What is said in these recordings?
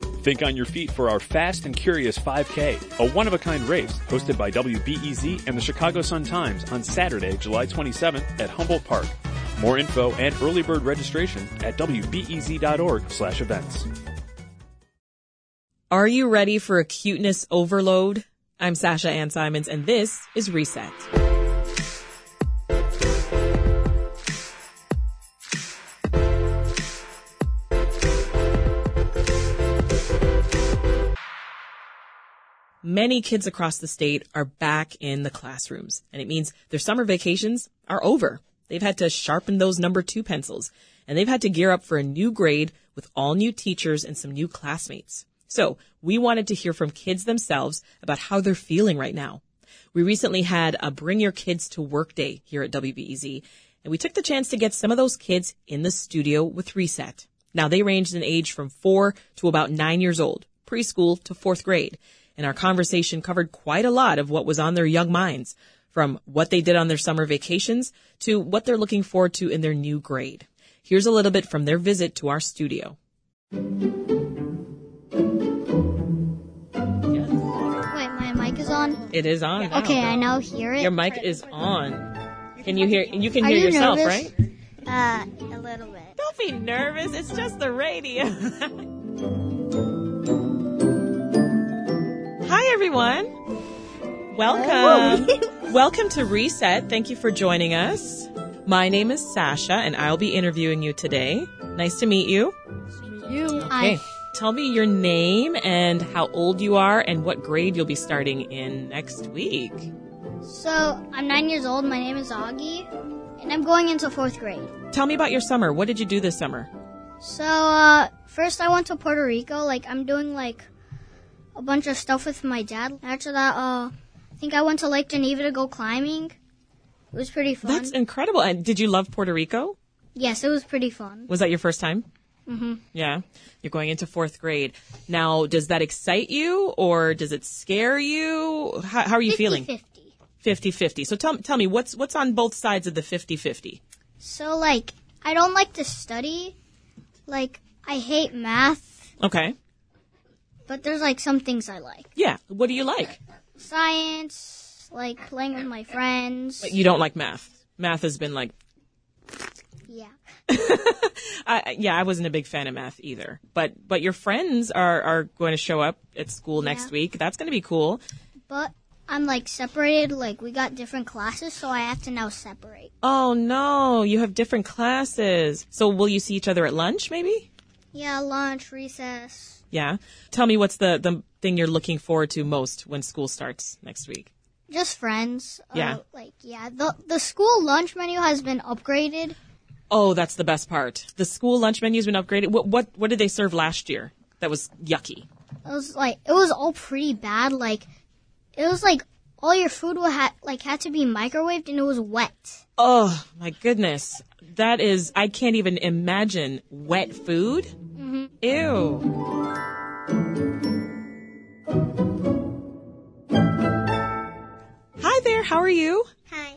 Think on your feet for our Fast and Curious 5K, a one-of-a-kind race hosted by WBEZ and the Chicago Sun-Times on Saturday, July 27th at Humboldt Park. More info and early bird registration at E wbez.org slash events. Are you ready for a cuteness overload? I'm Sasha Ann Simons and this is Reset. Many kids across the state are back in the classrooms and it means their summer vacations are over. They've had to sharpen those number two pencils and they've had to gear up for a new grade with all new teachers and some new classmates. So we wanted to hear from kids themselves about how they're feeling right now. We recently had a bring your kids to work day here at WBEZ and we took the chance to get some of those kids in the studio with reset. Now they ranged in age from four to about nine years old, preschool to fourth grade. And our conversation covered quite a lot of what was on their young minds from what they did on their summer vacations to what they're looking forward to in their new grade. Here's a little bit from their visit to our studio. Wait, my mic is on. It is on. now. Okay, I now hear it. Your mic is on. Can you hear? You can Are hear you yourself, nervous? right? Uh, a little bit. Don't be nervous. It's just the radio. Hi, everyone. Welcome. Welcome to Reset. Thank you for joining us. My name is Sasha, and I'll be interviewing you today. Nice to meet you. You. Hey, tell me your name and how old you are and what grade you'll be starting in next week. So I'm nine years old. My name is Augie, and I'm going into fourth grade. Tell me about your summer. What did you do this summer? So uh, first I went to Puerto Rico. Like I'm doing like a bunch of stuff with my dad. After that, uh, I think I went to Lake Geneva to go climbing. It was pretty fun. That's incredible. And did you love Puerto Rico? yes, it was pretty fun. Was that your first time? Mm-hmm. Yeah. You're going into fourth grade. Now, does that excite you or does it scare you? How, how are you feeling? 50. 50 50. So tell, tell me, what's, what's on both sides of the 50 50? So like I don't like to study. Like I hate math, Okay. but there's like some things I like. Yeah. What do you like? science, like playing with my friends. You don't like math. Math has been like Yeah. I, yeah, I wasn't a big fan of math either. But but your friends are are going to show up at school next Yeah. week. That's going to be cool. But I'm like separated, like we got different classes, so I have to now separate. Oh no, you have different classes. So will you see each other at lunch maybe? Yeah, lunch, recess. Yeah. Tell me what's the the thing you're looking forward to most when school starts next week. Just friends. Yeah. Uh, like yeah, the the school lunch menu has been upgraded. Oh, that's the best part. The school lunch menu's been upgraded. What what what did they serve last year? That was yucky. It was like it was all pretty bad. Like it was like all your food would ha- like had to be microwaved and it was wet. Oh my goodness. That is, I can't even imagine wet food. Ew. Hi there, how are you? Hi,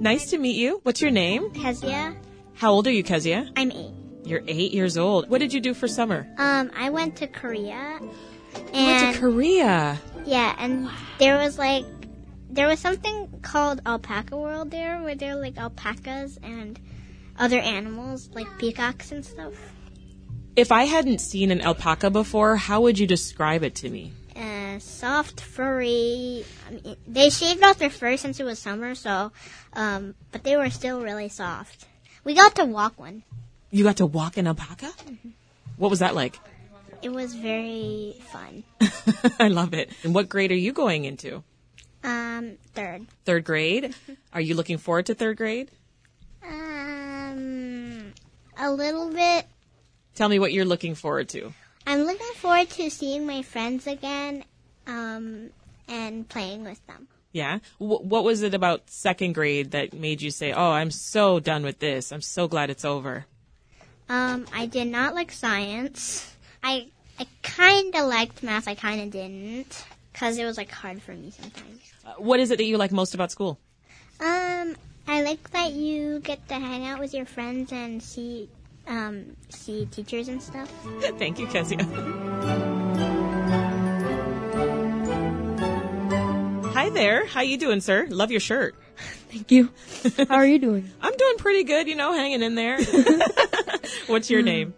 Nice to meet you. What's your name? Kezia. How old are you, Kezia? I'm eight. You're eight years old. What did you do for summer? Um, I went to Korea. I Mm. went to Korea. Yeah, and there was like there was something called Alpaca World there where there were like alpacas and other animals like peacocks and stuff. If I hadn't seen an alpaca before, how would you describe it to me? Uh, soft, furry. I mean, they shaved off their fur since it was summer, so um, but they were still really soft. We got to walk one. You got to walk an alpaca? What was that like? It was very fun. I love it. And what grade are you going into? Um, third. third grade. Are you looking forward to third grade? Um, a little bit. Tell me what you're looking forward to. I'm looking forward to seeing my friends again um, and playing with them. Yeah. Wh- what was it about second grade that made you say, "Oh, I'm so done with this. I'm so glad it's over." Um, I did not like science. I I kind of liked math. I kind of didn't because it was like hard for me sometimes. Uh, What is it that you like most about school? Um, I like that you get to hang out with your friends and see um, see teachers and stuff. Thank you, Kezia. there. How you doing, sir? Love your shirt. Thank you. How are you doing? I'm doing pretty good, you know, hanging in there. What's your name?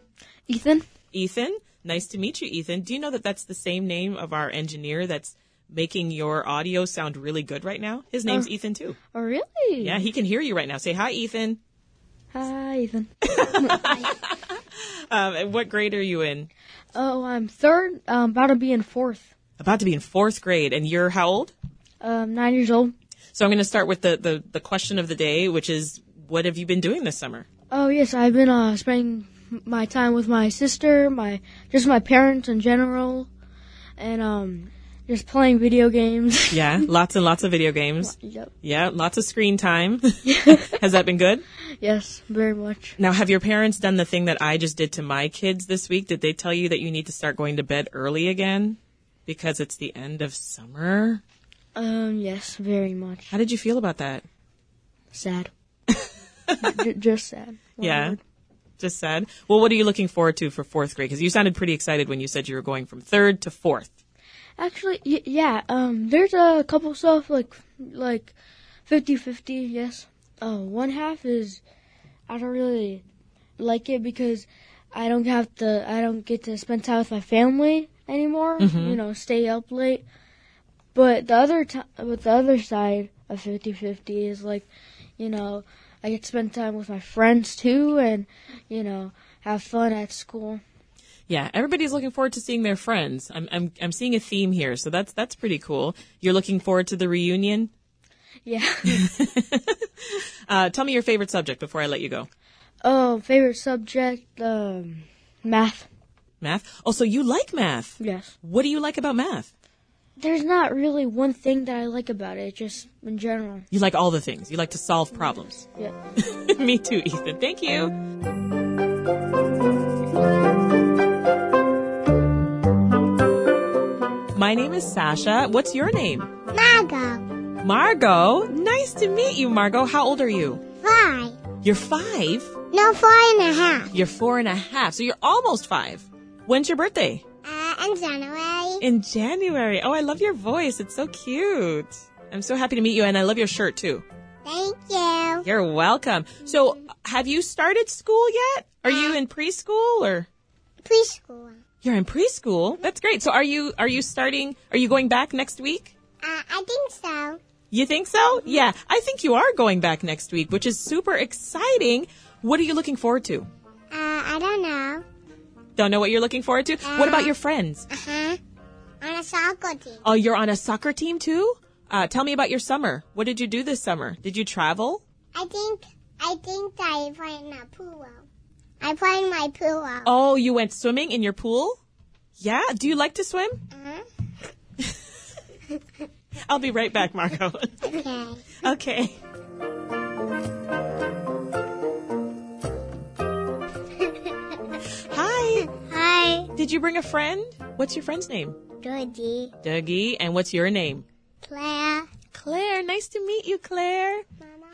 Ethan? Ethan. Nice to meet you, Ethan. Do you know that that's the same name of our engineer that's making your audio sound really good right now? His name's Ethan too. Oh, really? Yeah, he can hear you right now. Say hi, Ethan. Hi, Ethan. Um, and what grade are you in? Oh, I'm third. I'm about to be in fourth. About to be in fourth grade, and you're how old? Um, nine years old. So I'm going to start with the, the the question of the day, which is, what have you been doing this summer? Oh, yes, I've been uh, spending my time with my sister, my just my parents in general, and um, just playing video games. Yeah, lots and lots of video games. yep. Yeah, lots of screen time. Has that been good? Yes, very much. Now, have your parents done the thing that I just did to my kids this week? Did they tell you that you need to start going to bed early again because it's the end of summer? Um, yes, very much. How did you feel about that? Sad. J- just sad. One yeah. word. Just said. Well, what are you looking forward to for fourth grade? Because you sounded pretty excited when you said you were going from third to fourth. Actually, y- yeah. Um, there's a couple stuff like like 50-50, Yes. Uh, one half is I don't really like it because I don't have to. I don't get to spend time with my family anymore. You know, stay up late. But the other ti with the other side of 50-50 is like, you know, I get to spend time with my friends too, and you know, have fun at school. Yeah, everybody's looking forward to seeing their friends. I'm I'm I'm seeing a theme here, so that's that's pretty cool. You're looking forward to the reunion. Yeah. Uh, tell me your favorite subject before I let you go. Oh, favorite subject, um, math. Math. Oh, so you like math? Yes. What do you like about math? There's not really one thing that I like about it, just in general. You like all the things. You like to solve problems. Yeah. Me too, Ethan. Thank you. My name is Sasha. What's your name? Mago. Margot. Nice to meet you, Margot. How old are you? Five. You're five. No, four and a half. You're four and a half. So you're almost five. When's your birthday? Uh, in January. In January. Oh, I love your voice. It's so cute. I'm so happy to meet you, and I love your shirt too. Thank you. You're welcome. So, have you started school yet? Are you in preschool or? Preschool. You're in preschool. That's great. So are you are you starting are you going back next week? Uh, I think so. You think so? Yeah. I think you are going back next week, which is super exciting. What are you looking forward to? Uh, I don't know. Don't know what you're looking forward to? What about your friends? Uh-huh. On a soccer team. Oh, you're on a soccer team too? Uh, tell me about your summer. What did you do this summer? Did you travel? I think, I think I played in a pool. I played in my pool. Oh, you went swimming in your pool? Yeah. Do you like to swim? I'll be right back, Marco. Okay. okay. Hi. Hi. Did you bring a friend? What's your friend's name? Georgie. Dougie. And what's your name? Claire. Claire. Nice to meet you, Claire.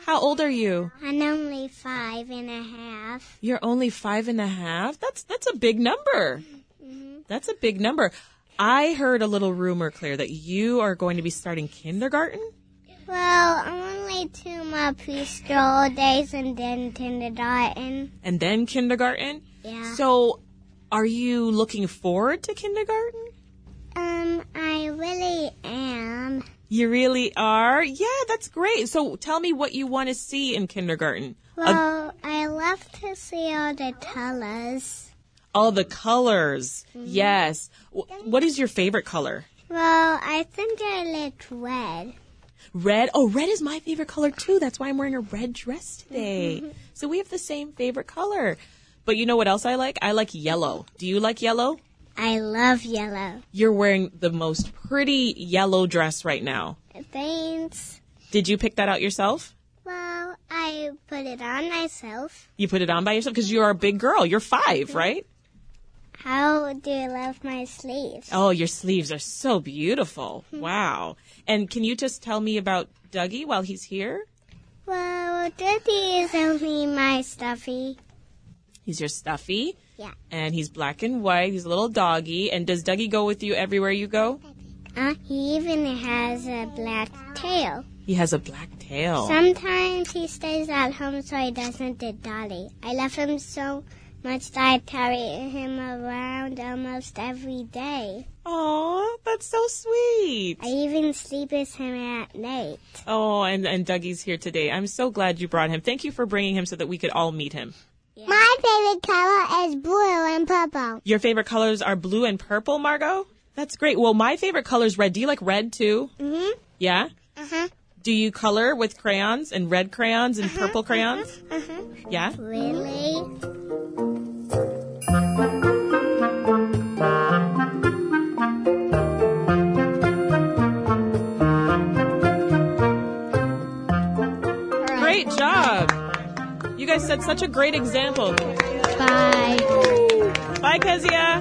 How old are you? I'm only five and a half. You're only five and a half. That's that's a big number. Mm-hmm. That's a big number. I heard a little rumor, Claire, that you are going to be starting kindergarten. Well, I'm only two more preschool days and then kindergarten. and then kindergarten. Yeah. So, are you looking forward to kindergarten? Um, I really am. You really are? Yeah, that's great. So, tell me what you want to see in kindergarten. Well, I love to see all the colors. All the colors. Mm-hmm. Yes. W- what is your favorite color? Well, I think I like red. Red. Oh, red is my favorite color too. That's why I'm wearing a red dress today. so, we have the same favorite color. But you know what else I like? I like yellow. Do you like yellow? I love yellow. You're wearing the most pretty yellow dress right now. Thanks. Did you pick that out yourself? Well, I put it on myself. You put it on by yourself because you're a big girl. You're five, right? How do you love my sleeves? Oh, your sleeves are so beautiful. Wow. And can you just tell me about Dougie while he's here? Well, Dirty is only my stuffy. He's your stuffy Yeah. and he's black and white. He's a little doggy. And does Dougie go with you everywhere you go? Uh, he even has a black tail. He has a black tail. Sometimes he stays at home so he doesn't get dolly. I love him so much that I carry him around almost every day. Aw, that's so sweet. I even sleep with him at night. Oh, and, and Dougie's here today. I'm so glad you brought him. Thank you for bringing him so that we could all meet him. My favorite color is blue and purple. Your favorite colors are blue and purple, Margot? That's great. Well, my favorite color is red. Do you like red too? Mm-hmm. Yeah? Uh-huh. Do you color with crayons and red crayons and purple crayons? Yeah? Really? Great job. You guys set such a great example. Bye. Bye, Kezia.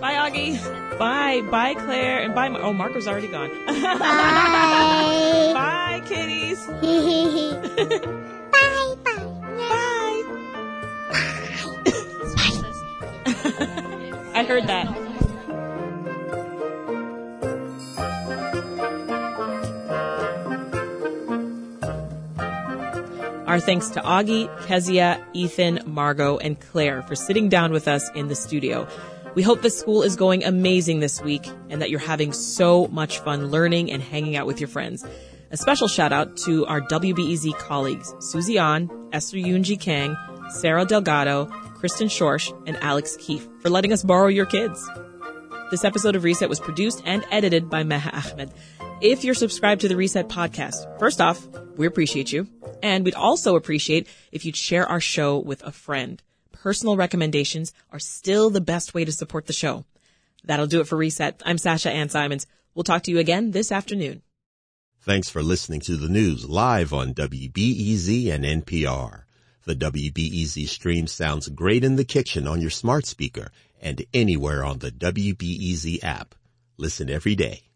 Bye, Augie. Bye. Bye, Claire. And bye. Mar- oh, Marco's already gone. Bye. bye, kitties. bye, bye. Bye. I heard that. Our thanks to Augie, Kezia, Ethan, Margot, and Claire for sitting down with us in the studio. We hope the school is going amazing this week and that you're having so much fun learning and hanging out with your friends. A special shout out to our WBEZ colleagues, Susie An, Esther Yunji Kang, Sarah Delgado, Kristen Schorsch, and Alex Keefe for letting us borrow your kids. This episode of Reset was produced and edited by Meha Ahmed. If you're subscribed to the Reset podcast, first off, we appreciate you. And we'd also appreciate if you'd share our show with a friend. Personal recommendations are still the best way to support the show. That'll do it for Reset. I'm Sasha Ann Simons. We'll talk to you again this afternoon. Thanks for listening to the news live on WBEZ and NPR. The WBEZ stream sounds great in the kitchen on your smart speaker and anywhere on the WBEZ app. E Listen every day.